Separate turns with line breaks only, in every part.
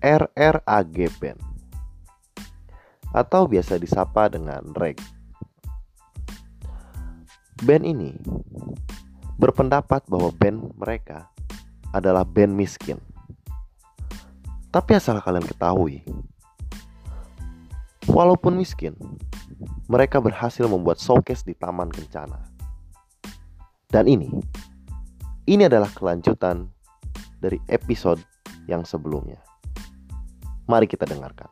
RRAG Band atau biasa disapa dengan Reg. Band ini berpendapat bahwa band mereka adalah band miskin. Tapi asal kalian ketahui, walaupun miskin, mereka berhasil membuat showcase di Taman Kencana. Dan ini, ini adalah kelanjutan dari episode yang sebelumnya. Mari kita dengarkan.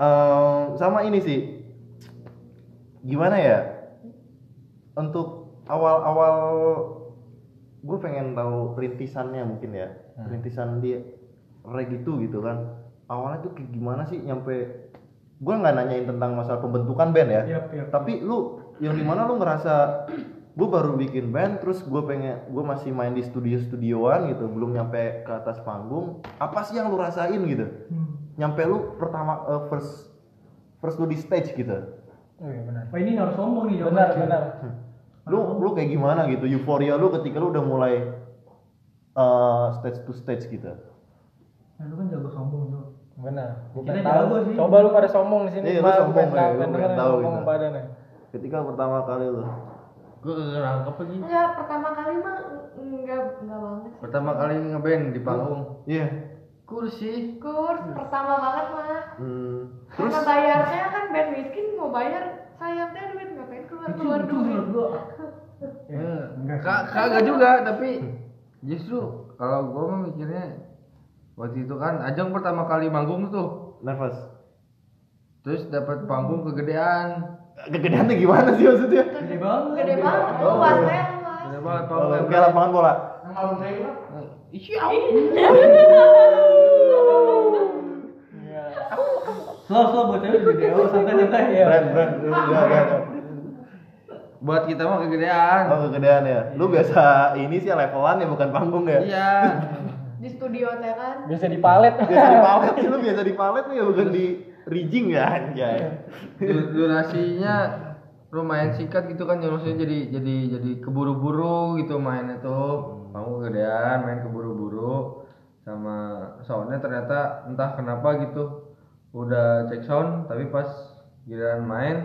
Ehm, sama ini sih gimana ya untuk awal-awal gue pengen tahu rintisannya mungkin ya rintisan dia reg itu gitu kan awalnya tuh kayak gimana sih nyampe gue nggak nanyain tentang masalah pembentukan band ya
Yap, yap.
tapi lu yang dimana lu ngerasa gue baru bikin band terus gue pengen gue masih main di studio-studioan gitu belum nyampe ke atas panggung apa sih yang lu rasain gitu
Hmm.
nyampe lu pertama eh, first first lu di stage gitu
Oh iya benar.
Wah, ini harus sombong nih
Benar,
jawabannya.
benar.
Hmm. lu lu kayak gimana gitu euforia lu ketika lu udah mulai eh, stage to stage gitu
Nah, lu kan jago sombong tuh.
Benar. Gua
Kita
pengen
jago
tahu.
sih.
Coba lu pada sombong di sini.
Iya, lu
Gua
sombong ya,
pengen tahu,
gua
pengen
pengen
dengerin
tahu
sombong
gitu.
pada nih.
ketika pertama kali lu
gue kagak nangkep lagi
Enggak, Iya, pertama kali mah enggak enggak banget sih.
pertama kali ngeband di panggung
iya
kursi
Kurs pertama banget mah.
Hmm, terus
Terus Karena bayarnya kan band miskin mau bayar sayangnya duit ngapain keluar
Lucu,
keluar
lucu
duit.
menurut gua.
Iya.
Eh,
enggak sih.
ka- kagak juga tapi
Hmm.
justru kalau gue mikirnya waktu itu kan ajang pertama kali manggung tuh
nervous
terus dapat panggung kegedean
kegedean tuh gimana sih maksudnya
Gede banget.
Gede banget,
Oh,
luasnya
Gede
luas.
banget
Oh,
panggung
kayak lapangan bola
Eh,
Iya.
Slow, slow buat cewek gede. Oh, santai-santai ya.
brand brand lu udah udah, udah.
buat kita mah kegedean
oh kegedean ya lu biasa ini sih levelan ya bukan panggung ya
iya
Di studio teh kan.
Bisa dipalet.
biasa di palet lu biasa di palet ya bukan di rijing ya anjay
Du- durasinya lumayan singkat gitu kan ya, maksudnya jadi jadi jadi keburu-buru gitu mainnya tuh panggung kegedean main keburu-buru sama soundnya ternyata entah kenapa gitu udah cek sound tapi pas giliran main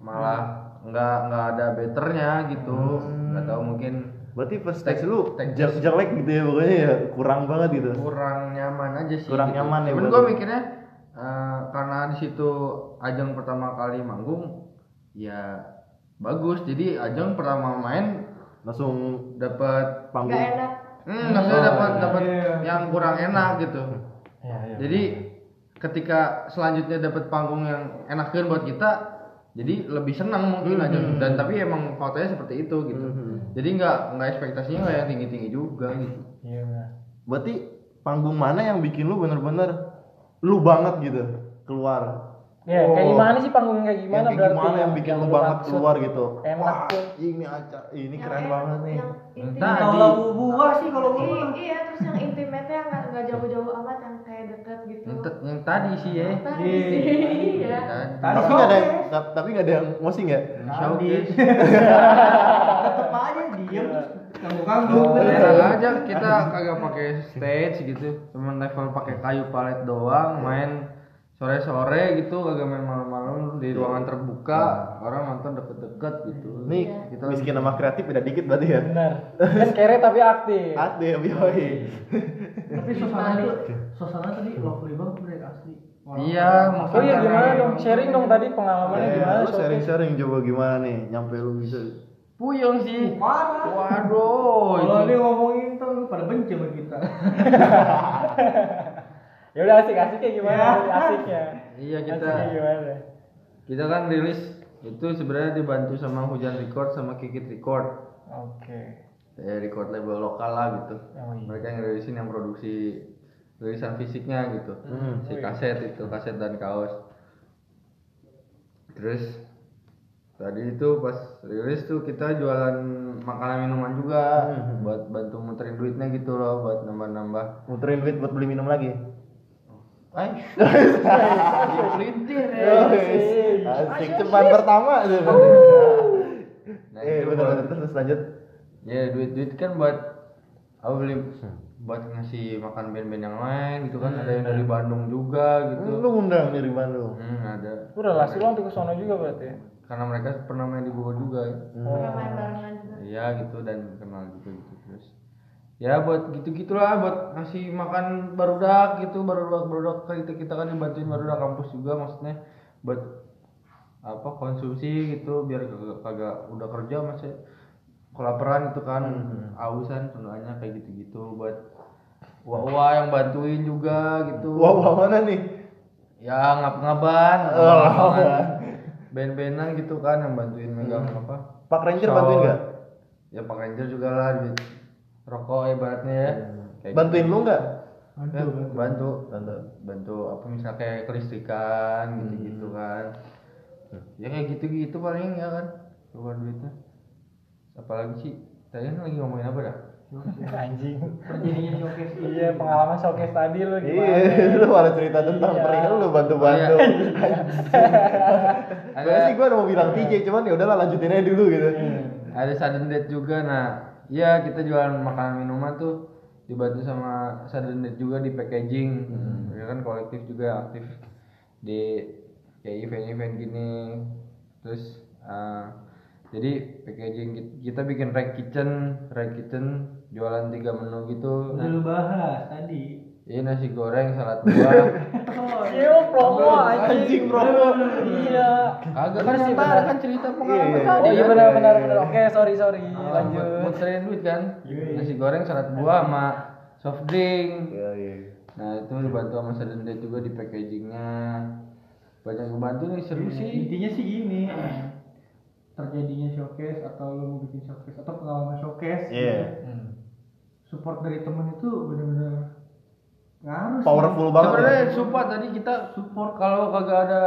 malah nggak nggak ada betternya gitu nggak tahu mungkin
berarti first stage lu
Tek-
je- jelek gitu ya pokoknya ya kurang banget gitu
kurang nyaman aja sih gitu.
Kurang nyaman ya,
cuman
berarti.
gue mikirnya eh, karena di situ ajang pertama kali manggung ya bagus jadi ajang pertama main
langsung
dapat
panggung
Enggak enak.
hmm, maksudnya dapat dapat
Iya.
yang kurang enak gitu
Iya, iya.
jadi ketika selanjutnya dapat panggung yang enakin buat kita jadi lebih senang mungkin aja dan tapi emang faktanya seperti itu gitu jadi nggak nggak ekspektasinya nggak yang tinggi tinggi juga gitu
Iya benar.
Berarti panggung mana yang bikin lu bener-bener lu banget gitu keluar?
Ya, kayak
Oh.
gimana sih panggung kayak
Yang
gimana
kayak gimana yang bikin lu banget
maksud?
keluar gitu?
Enak
Wah,
tuh.
ini acara ini
Yang
keren
enak,
banget nih.
yang intim-
Nah,
Kalau gua sih kalau gua
I-
mah.
Iya, terus yang intimate-nya enggak enggak jauh-jauh amat yang kayak deket gitu.
yang, te- yang tadi sih ya
Tadi
Iya.
sih, Iya.
Tadi.
Tadi
tapi nggak ada yang,
showcase.
ta- tapi nggak ada yang mosi nggak?
showcase
Tetep aja diem terus ngangguk-ngangguk.
Iya.
Enak aja kita kagak pakai stage gitu cuman level pakai kayu palet doang main sore-sore gitu kagak main malam-malam
Iya.
di ruangan terbuka orang nonton deket-deket gitu
Nih
Kita
miskin sama kreatif beda dikit berarti ya.
Benar. Kan kere tapi aktif.
Ada ya yoi.
Tapi suasana itu
Iya.
suasana tadi lovely banget bre asli. Orang-
Iya,
Oh iya
makanya.
gimana dong? Sharing dong tadi pengalamannya
Eh,
gimana?
lu sharing-sharing coba gimana nih nyampe lu bisa
puyeng sih
Parah.
waduh
Oh,
Kalau
iya.
itu
dia ngomongin tuh lu pada benci sama kita.
Ya udah asik-asiknya gimana?
Ya.
Asiknya.
iya kita
Asiknya gimana?
kita kan rilis itu sebenarnya dibantu sama hujan record sama kikit record
Oke.
kayak record label lokal lah gitu
Oh iya.
mereka yang rilisin yang produksi rilisan fisiknya gitu
Hmm.
si kaset itu kaset dan kaos terus tadi itu pas rilis tuh kita jualan makanan minuman juga buat bantu muterin duitnya gitu loh buat nambah-nambah
muterin duit buat beli minum lagi.
Ay, dipelintir ya.
Yoi. Asik cepat pertama tuh.
Nah,
Eh
itu
bener-bener
Nah, buat-
terus lanjut.
ya duit-duit kan buat aku beli buat ngasih makan band-band yang lain gitu kan ada yang dari Bandung juga gitu
Lu undang dari Bandung.
hmm, ada
Lu relasi lu sampai ke sono juga berarti ya?
karena mereka pernah main di Bogor juga
Pernah main barengan juga.
iya gitu dan kenal juga gitu terus ya buat gitu gitulah buat ngasih makan barudak gitu barudak barudak kita kita kan dibantuin barudak kampus juga maksudnya buat apa konsumsi gitu biar kagak, kagak udah kerja masih kelaparan gitu kan ausan tunaannya kayak gitu gitu buat wah wah yang bantuin juga gitu
Wah, wah mana nih?
ya ngap-ngapan
Oh.
ngap-ngapan. band-bandan gitu kan yang bantuin megang apa
Pak Ranger
shawl.
bantuin nggak?
Oh. ya Pak Ranger juga lah duit rokok ibaratnya ya Kayak
Hmm. Bantuin lu nggak?
gitu. Ya,
kan.
bantu
Bantu.
bantu apa misalnya kayak kelistrikan gitu gitu
Hmm.
kan ya kayak gitu gitu paling ya kan keluar duitnya apalagi sih tadi kan lagi ngomongin apa dah
Anjing.
Perjadinya showcase itu.
Iya, pengalaman showcase tadi lu gimana?
Iya, lu malah cerita tentang
Iya.
pernikahan lu bantu-bantu.
Oh,
Sebenarnya sih gua udah mau bilang TJ, cuman ya udahlah lanjutin aja dulu gitu.
ada sudden date juga nah ya kita jualan makanan minuman tuh dibantu sama sudden date juga di packaging ya kan kolektif juga aktif di kayak event-event gini terus ah, jadi packaging kit- kita bikin rack kitchen rack kitchen jualan tiga menu gitu
Udah lu bahas tadi.
ini nasi goreng salad buah
Iya, lu promo anjing.
Anjing, promo.
Iya.
kagak kan
Bener sih,
cerita
bener.
kan cerita
Iya,
pengalaman
iya.
tadi
Iya
kan?
benar benar benar. Oke, sorry sorry.
Ah,
Lanjut.
muterin duit kan nasi goreng salad buah sama soft drink
Iya, iya.
Nah itu dibantu sama Sedenda juga di packagingnya banyak yang bantu nih
Iya,
seru Iya, sih.
Intinya sih gini. Terjadinya showcase atau lu mau bikin showcase atau pengalaman showcase. gitu ya.
Iya.
Hmm.
Support dari temen itu benar-benar ngaruh. sih.
Powerful banget. ya.
Sebenarnya support tadi kita support kalau kagak ada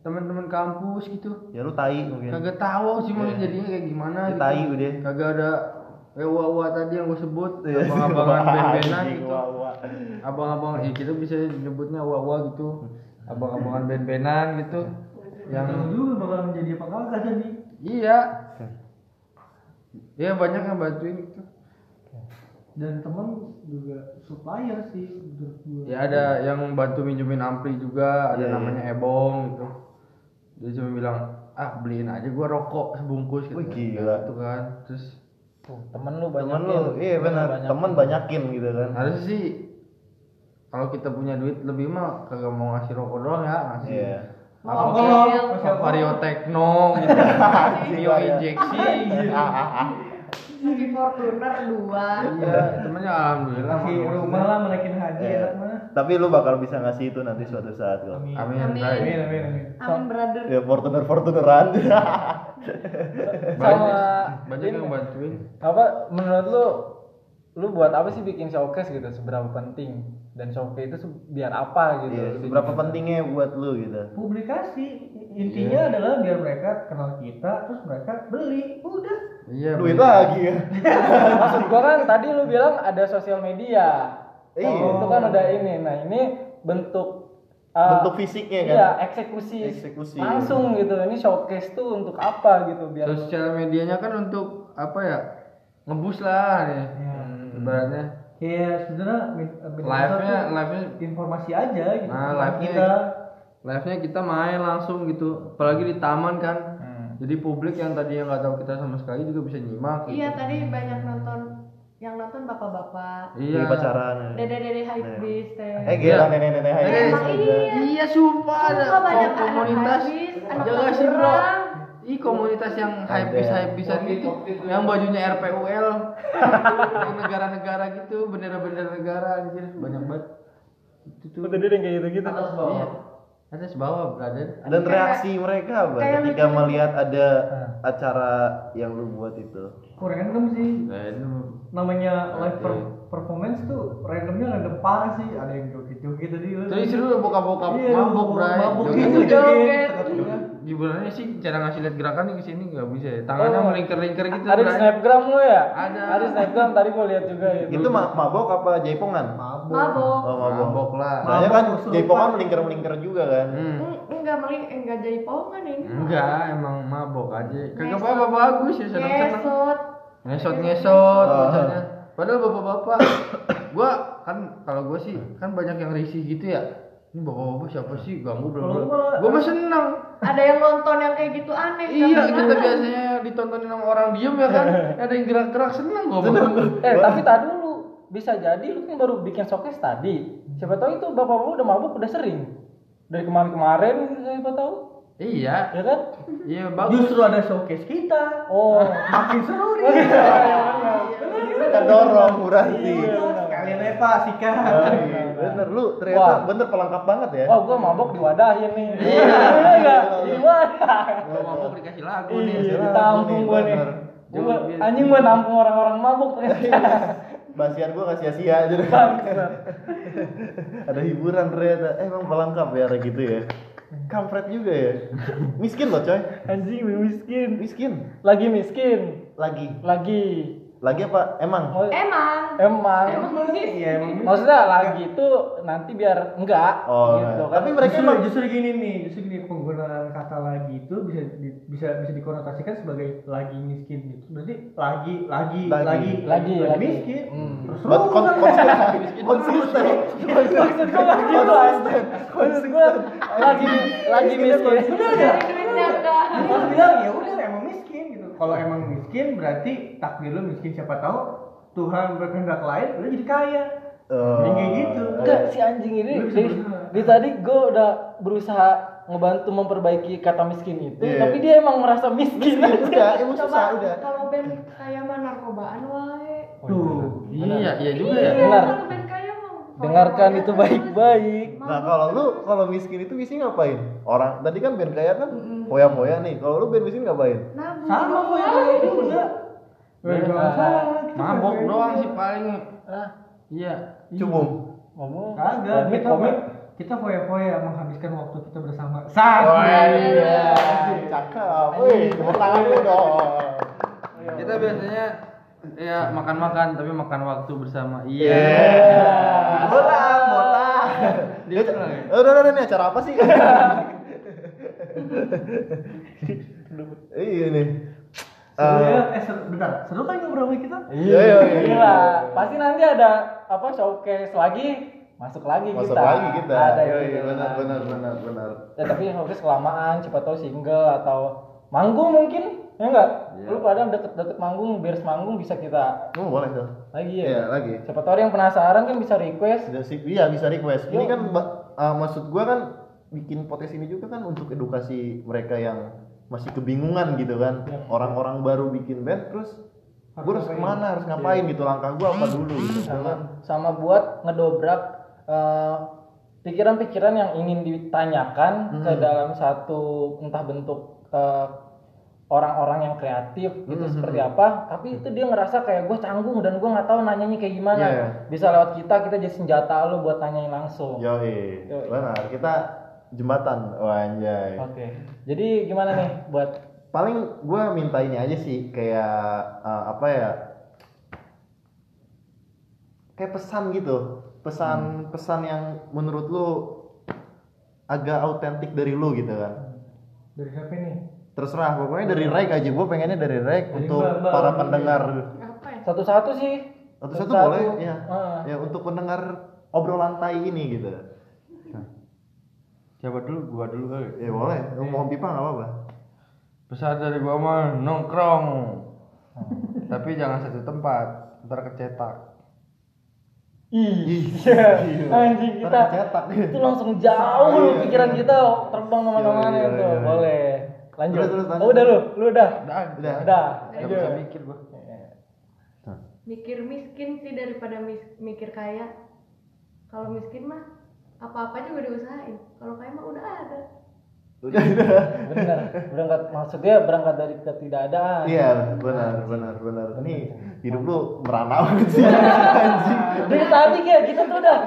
teman-teman kampus gitu
Ya lu tai mungkin.
kagak tahu sih
Iya.
maksudnya jadinya kayak gimana
Ya,
gitu.
tai udah.
Kagak ada ewa-ewa tadi yang gue sebut
Iya.
abang-abangan band-bandan
Anjing,
gitu.
wah, wah.
Abang-abang ya kita bisa nyebutnya ewa-ewa gitu. Abang-abangan band-bandan gitu. Yang
Tahu juga bakal menjadi apa kagak tadi.
iya. Iya banyak yang bantuin gitu.
Dan temen juga supplier sih menurut gue.
Ya ada yang bantu minjemin ampli juga, ada
Iya, iya.
namanya Ebong gitu. Dia cuma bilang, "Ah, beliin aja gua rokok sebungkus."
Wih, gila.
Gitu kan. Terus
Tuh, Temen lu banyak. ya.
Temen lu, iya benar. Temen banyakin gitu kan.
harus sih kalau kita punya duit lebih mah kagak mau ngasih rokok doang ya, ngasih
Iya.
alkohol, vario techno gitu.
Iya.
Vario injeksi gitu.
Lagi Fortuner dua.
Iya, temennya alhamdulillah.
Kasih rumah lah menaikkan haji
Iya.
enak mah.
Tapi lu bakal bisa ngasih itu nanti suatu saat kok.
Amin.
Amin.
Amin.
baik.
Amin amin amin.
Amin brother.
Ya Fortuner Fortuneran.
Banyak,
Sama-
banyak yang bantuin.
Apa menurut lu lu buat apa sih bikin showcase gitu? Seberapa penting? Dan showcase itu se- biar apa gitu?
Iya,
Lebih
seberapa
gimana?
pentingnya buat lu gitu.
Publikasi intinya adalah biar mereka kenal kita terus mereka beli. Udah.
Iya.
Duit
banyak.
lagi ya.
Maksud gua kan tadi lu bilang ada sosial media.
Iya.
Kalau Itu kan udah ini. Nah, ini bentuk uh,
Bentuk fisiknya kan.
Iya, eksekusi.
Eksekusi.
Langsung gitu. Ini showcase tuh untuk apa gitu biar
sosial medianya kan untuk apa ya ngebus lah nih
Iya.
Hmm, ibaratnya
Kayak Iya, sebenarnya med- media
live nya
sosial
live nya
tuh informasi aja gitu.
Nah,
tentang
live-nya
kita.
live nya kita main langsung gitu apalagi di taman kan
Hmm.
jadi publik yang tadinya nggak tahu kita sama sekali juga bisa nyimak gitu.
Iya tadi banyak nonton yang nonton bapak-bapak.
Di
iya
pacaran.
Dede-dede hype beast
Eh
teh.
gila nenek-nenek gitu. hai.
Eh,
Emang iya.
iya sumpah ada
Sumpah banyak
kom-
anak
komunitas
habis, anak
jaga sih bro
tanggerang.
Ih komunitas yang hype
Ada.
hype gitu yang bajunya RPUL yang negara-negara gitu bendera-bendera negara anjir banyak banget itu tuh
Udah dia kayak gitu-gitu.
Iya. Ada sebawah brother.
Dan reaksi mereka apa
kayak
ketika melihat ada acara yang lu buat itu?
Kurang random sih.
Nah, itu
Namanya live per- performance tuh randomnya random parah sih. Ada yang joget-joget tadi.
Tadi seru buka-buka
Iya,
mabuk, Bray.
mabuk
Joget.
gitu joget.
Gimana sih cara ngasih lihat gerakan nih ke sini enggak bisa ya. Tangannya
Oh.
melingkar-lingkar gitu.
Ada di
Bray.
snapgram lu ya?
Ada.
Ada snapgram tadi gua lihat juga gitu.
Itu ma- mabok apa jaipongan?
Mabok.
Oh, mabok.
mabok lah.
Soalnya kan
Mabok,
jaipongan melingkar-melingkar juga kan.
Hmm.
Eng- Enggak meling, enggak jadi pongan ini.
Enggak, emang mabok aja. Kagak
Ngesot.
apa-apa bagus ya seneng-seneng.
Ngesot.
Ngesot-ngesot
Ah.
misalnya. Padahal bapak-bapak, gua kan kalau gua sih kan banyak yang risih gitu ya. Ini bapak-bapak siapa sih ganggu bla bla.
Kalau gua malah-
Gua mah seneng.
ada yang nonton yang kayak gitu aneh
Iya,
jangan
kita
jangan.
biasanya ditontonin sama orang diem ya kan. Ada yang gerak-gerak seneng gua. Bang.
Eh tapi tak dulu bisa jadi lu kan baru bikin showcase tadi. Siapa tahu itu bapak-bapak udah mabuk udah sering. Dari kemarin-kemarin siapa tahu,
Iya,
ya kan?
iya bagus.
Justru ada showcase kita.
Oh,
Makin seru nih. Iya. Bener,
Kita kedorong kan berarti.
Iya. Sekalian Eva, sikat.
Iya.
Bener lu ternyata
Wah.
bener pelengkap banget ya.
wah Oh, gua mabok diwadahin nih. Iya, enggak? Gimana?
Gua mabok dikasih lagu
Iya,
nih.
ditampung gua nih.
bener.
Gua anjing gua nampung orang-orang mabuk ternyata.
Basian gua gak sia-sia aja deh.
Bangsat.
Ada hiburan ternyata. Eh, emang pelengkap ya kayak gitu ya. Kampret juga ya. Miskin loh coy.
Anjing miskin.
Miskin.
Lagi miskin.
Lagi.
Lagi.
Lagi apa? Emang.
Mau-
emang
Emang.
Iya, emang.
Maksudnya lagi itu nanti biar enggak
Oh,
gitu
enggak.
kan.
Tapi mereka
justru,
emang
justru gini nih, justru gini penggunaan kata lagi itu bisa di- bisa bisa dikonotasikan sebagai lagi miskin gitu. Berarti lagi lagi
Lagi.
lagi lagi,
Lagi, lagi.
miskin.
Hmm.
Terus
But
lu
kon-
kan-
konsisten. Konsisten. Iya.
Maksud gua lagi gitu anjing. Maksud gua lagi lagi miskin.
dari duit jaga
Jadi kalau bilang ya udah emang miskin gitu. Kalau emang miskin berarti takdir lu miskin siapa tahu Tuhan berkehendak lain lu jadi kaya.
Oh.
Jadi kayak gitu.
Enggak si anjing ini
Lu bisa
dari,
berenang.
dari tadi gue udah berusaha ngebantu memperbaiki kata miskin itu,
Iya.
tapi dia emang merasa miskin.
Udah, ibu
coba
susah Iya, udah.
kalau band kaya mah narkobaan wae
Tuh.
Iya, iya juga ya.
iya
Benar.
kalau band kaya mah
Dengarkan
kaya
itu
terus.
baik-baik.
Nah kalau lu kalau miskin itu biasanya ngapain? Orang tadi kan band kaya kan poya-poya nih. Kalau lu band miskin ngapain?
Nabung
Sama kok ya kalau itu enggak.
Iya.
Enggak salah.
Mabok doang sih paling. Iya.
Cumum.
Ngomong
Kagak,
komit
kita
komit.
kita foya-foya menghabiskan waktu kita bersama.
Wah,
Saat
iya. Cakep. Wih, tepuk tangan lu dong.
Kita biasanya ya makan-makan tapi makan waktu bersama. Iya.
Botak, botak.
Dia tuh lagi.
Eh, Udah, udah, udah, nih acara apa sih? Iya nih.
seru
Eh,
ya, eh seru, bentar, seru kan ngobrol sama kita?
Iya, iya, iya.
Gila, pasti nanti ada apa showcase lagi, masuk lagi
Masuk
kita.
lagi kita.
Ada
Iya,
gitu.
iya, benar, benar, benar, benar.
Ya, tapi showcase kelamaan, siapa tahu single atau manggung mungkin. Ya enggak?
Iya.
Lu pada deket-deket manggung, beres manggung bisa kita
Oh, boleh tuh.
lagi ya.
Iya, lagi.
Siapa tahu ada yang penasaran kan bisa request.
Bisa sih, iya bisa request. Ini
Yo.
kan ba- ah, maksud gua kan bikin podcast ini juga kan untuk edukasi mereka yang masih kebingungan gitu kan.
Iya.
Orang-orang baru bikin band terus
Harus
gua harus
ngapain?
kemana,
Iya.
harus ngapain gitu langkah gua apa dulu gitu kan.
sama sama buat ngedobrak eh, pikiran-pikiran yang ingin
Hmm.
ditanyakan ke dalam satu entah bentuk eh, orang-orang yang kreatif itu
Hmm,
seperti apa tapi itu dia ngerasa kayak gue canggung dan gue nggak tahu nanyanya kayak gimana
Iya, iya.
bisa lewat kita kita jadi senjata lo buat tanyain langsung oke
Yo,
Yoi.
benar. Kita jembatan, wah anjay.
jadi gimana nih buat
Paling gua minta ini aja sih kayak ah, apa ya? Kayak pesan gitu.
Hmm.
Pesan-pesan yang menurut lu agak autentik dari lu gitu kan.
Dari siapa nih?
terserah pokoknya dari rek aja gue pengennya dari rek
Iya. Dari
untuk
Mbak- Mbak
para
Mbak.
pendengar
apa ya
satu-satu sih
satu satu boleh ya
Ah.
Heeh.
ya untuk pendengar obrolan tai ini gitu
Coba dulu gua dulu kali.
ya boleh
Iya.
Lu mau pipa nggak apa-apa
Pesan dari gua mah nongkrong. tapi jangan satu tempat, ntar kecetak.
Iya, anjing kita
Tercetak.
itu langsung jauh
Iya.
loh pikiran kita terbang
Iya,
kemana-mana
iya,
itu
iya, iya.
boleh lanjut
Terus, terus, lanjut.
oh, udah lu lu udah
Udah,
Udah.
udah
Gak
Lanjut.
bisa mikir gua.
mikir miskin sih daripada mis- mikir kaya kalau miskin mah apa-apa juga diusahain kalau kaya mah udah ada
bener berangkat maksudnya berangkat dari ketidakadaan
iya benar benar benar ini hidup lu merana banget sih anjing
dari tadi kayak kita tuh udah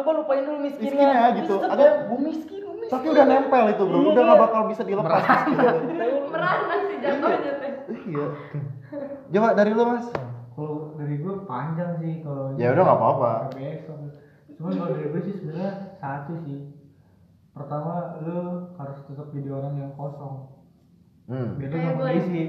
coba lupain dulu miskinnya
Miskinnya gitu.
Buset,
Ada-
Iya, gua miskin gua miskin
tapi udah nempel itu bro
Iya,
udah nggak
iya.
bakal bisa dilepas
merana sih jatuhnya teh
iya coba dari lu mas
Kalau dari gue panjang sih kalau
ya udah nggak apa-apa
sampai besok. Cuman kalau dari gue sih sebenarnya satu sih. Pertama lu harus tetap jadi orang yang kosong.
hmm.
Biar lu
Kayak
nggak
gue.
Iya, mengisi.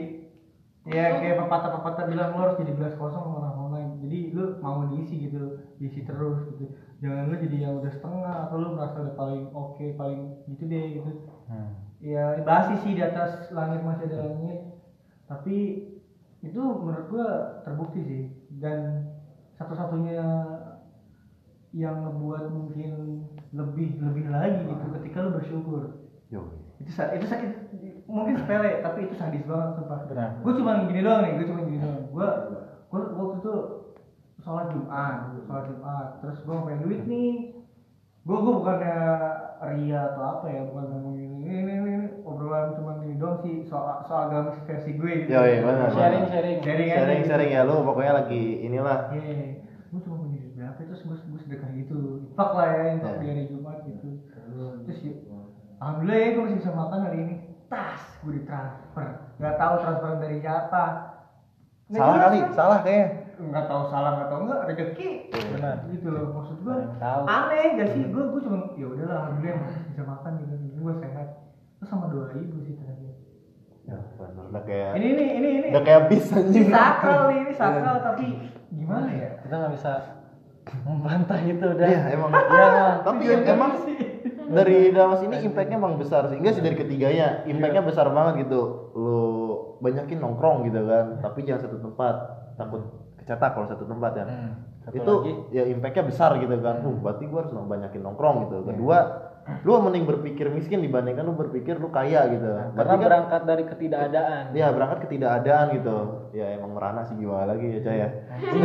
Ya kayak pepatah-pepatah bilang lu harus jadi gelas kosong sama orang lain. jadi lu mau diisi gitu diisi terus gitu jangan lu jadi yang udah setengah atau lu merasa udah paling oke paling gitu deh gitu ya basi sih di atas langit masih ada langit tapi itu menurut gua terbukti sih dan satu-satunya yang ngebuat mungkin lebih lebih lagi gitu ketika lu bersyukur itu sa- itu sakit mungkin sepele tapi itu sadis banget sumpah
Benar.
gue cuma gini doang nih gue cuma gini doang gue gue waktu itu sholat jumat sholat jumat terus gue pengen duit nih gue gue bukannya ria atau apa ya bukan ngomong ini ini ini, ini. obrolan cuma gini doang sih soal soal agamis versi gue gitu
Yo, iya, benar,
sharing sharing
sharing aja
sharing
iya.
gitu.
sharing ya lu pokoknya lagi inilah
Iya, gue cuma punya duit berapa terus gue gue sedekah gitu infak lah ya infak
Iya.
di hari Jumat gitu terus ya, alhamdulillah ya gue masih bisa makan hari ini tas gue ditransfer nggak tahu transfer dari siapa Nggak
Nah, iya.
salah
jelas
kali
kan?
salah kayaknya
nggak tahu salah nggak tahu nggak rezeki
Benar.
gitu loh maksud gue
Yang tahu
aneh gak
Hmm.
sih gue gue cuma ya udahlah alhamdulillah masih bisa makan gitu gue sehat terus sama dua ribu sih terakhir
ya bener udah kayak
ini ini ini ini
udah kayak bis
ini
anjing
sakral nih ini sakral tapi gimana ya
kita nggak bisa membantah itu udah
iya emang
Iya, Bang.
tapi ya, emang dari dalam ini impactnya emang besar sih enggak sih dari
Iya.
ketiganya impactnya besar banget gitu lu banyakin nongkrong gitu kan tapi jangan satu tempat takut kecetak kalau satu tempat ya
Hmm. Satu
itu
lagi. Hmm.
ya impactnya besar gitu kan uh berarti gua harus banyakin nongkrong gitu
Iya.
kedua lu mending berpikir miskin dibandingkan lu berpikir lu kaya gitu
Nah, karena
berarti kan
berangkat dari ketidakadaan
ya berangkat ketidakadaan gitu ya emang merana sih gimana lagi ya cah ya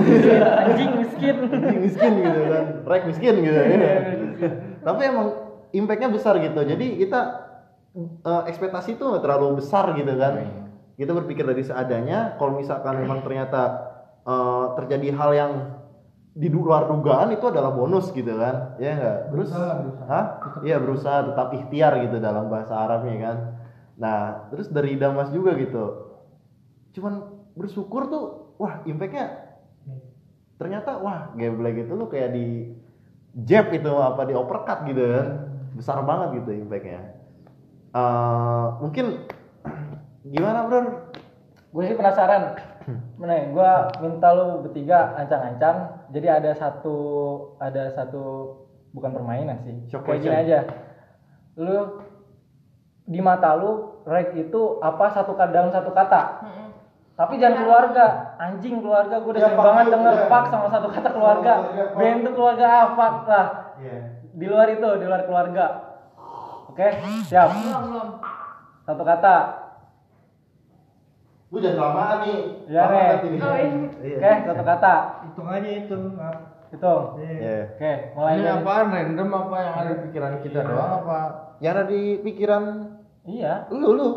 anjing miskin
Anjing miskin gitu kan rek miskin gitu ya. tapi emang impactnya besar gitu jadi kita eh, ekspektasi tuh nggak terlalu besar gitu kan kita berpikir dari seadanya kalau misalkan memang ternyata eh, terjadi hal yang di du- luar dugaan itu adalah bonus gitu kan ya enggak terus
Berusaha, berusaha.
Hah? iya berusaha tetap ikhtiar gitu dalam bahasa Arabnya kan nah terus dari Damas juga gitu cuman bersyukur tuh wah impactnya ternyata wah gameplay gitu lu kayak di jab itu apa di uppercut gitu kan besar banget gitu impactnya Eh, mungkin gimana bro
gue sih penasaran mana ya gue minta lu bertiga ancang-ancang jadi ada satu ada satu bukan permainan sih
Shock
kayak gini
question.
aja lu di mata lu rek itu apa satu kata dalam satu kata tapi jangan keluarga anjing keluarga gue udah
Ya,
sering
fuck
banget
you,
denger
ya.
fuck sama satu kata keluarga
keluarga, fuck.
band tuh keluarga apa lah
Iya.
di luar itu di luar keluarga oke siap
belum belum
satu kata
lu jangan kelamaan nih
Iya, Re.
Kelamaan nanti nih.
oh ini
oke
Iya.
satu kata
hitung aja itu maaf
hitung
Iya.
oke mulai
ini
dari-
apaan random apa yang ada di pikiran kita doang apa
yang ada di pikiran
iya
lu lu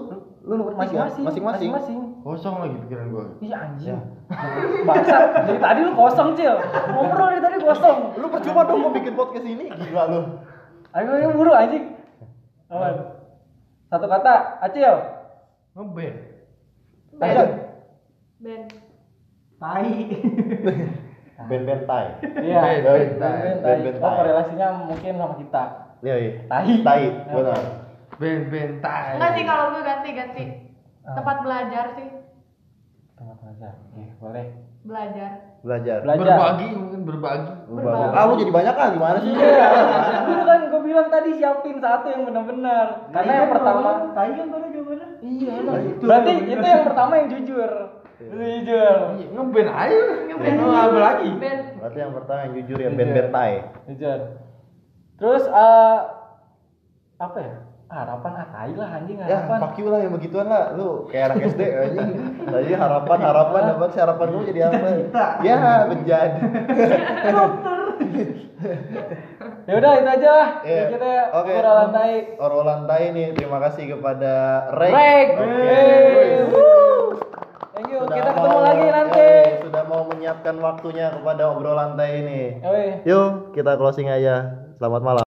lu lu bertiga,
masing-masing
masing-masing
kosong lagi pikiran gua
iya anjing Bangsat, dari tadi lu kosong cil ngobrol dari tadi kosong
lu percuma dong gua bikin podcast ini gila lu
ayo ayo buru anjing Awan. satu kata acil
ngeband
Acil.
band
tai
band-band Thai
iya
Ben, ben, tai.
Ben,
Ben,
tai.
ben,
oh
tai.
korelasinya mungkin sama kita
iya iya
tai
Tai, benar
band band tai
enggak sih kalau gue ganti ganti tempat belajar sih
tempat belajar Iya, boleh
belajar
belajar
belajar
berbagi mungkin berbagi
Berbagi.
ah lu jadi banyak kan gimana sih
Iya. itu kan gue bilang tadi siapin satu yang benar-benar
Nah,
karena yang pertama
tai kan baru jawabannya
iya berarti itu yang pertama yang jujur Itu jujur
Iya, ngeband aja
Ngeband.
Mau apa lagi
band
berarti yang pertama yang jujur ya band-band
Iya.
Thai
Jujur. Terus eh apa ya? Harapan ah, tai lah anjing
ya
harapan.
fuck you lah yang begituan lah lu kayak anak SD anjing tadi harapan harapan dapat sih harapan lu jadi apa ya menjadi
Ya udah itu aja.
Iya.
Ya, Kita
Oke.
obrolan tai.
Orolan Tai nih terima kasih kepada Ray
Break.
Oke.
Yeay. Woo. Thank you.
Sudah
Kita
mau-
ketemu lagi nanti.
Yoi, sudah mau menyiapkan waktunya kepada obrolan Tai ini
Yoi.
yuk kita closing aja selamat malam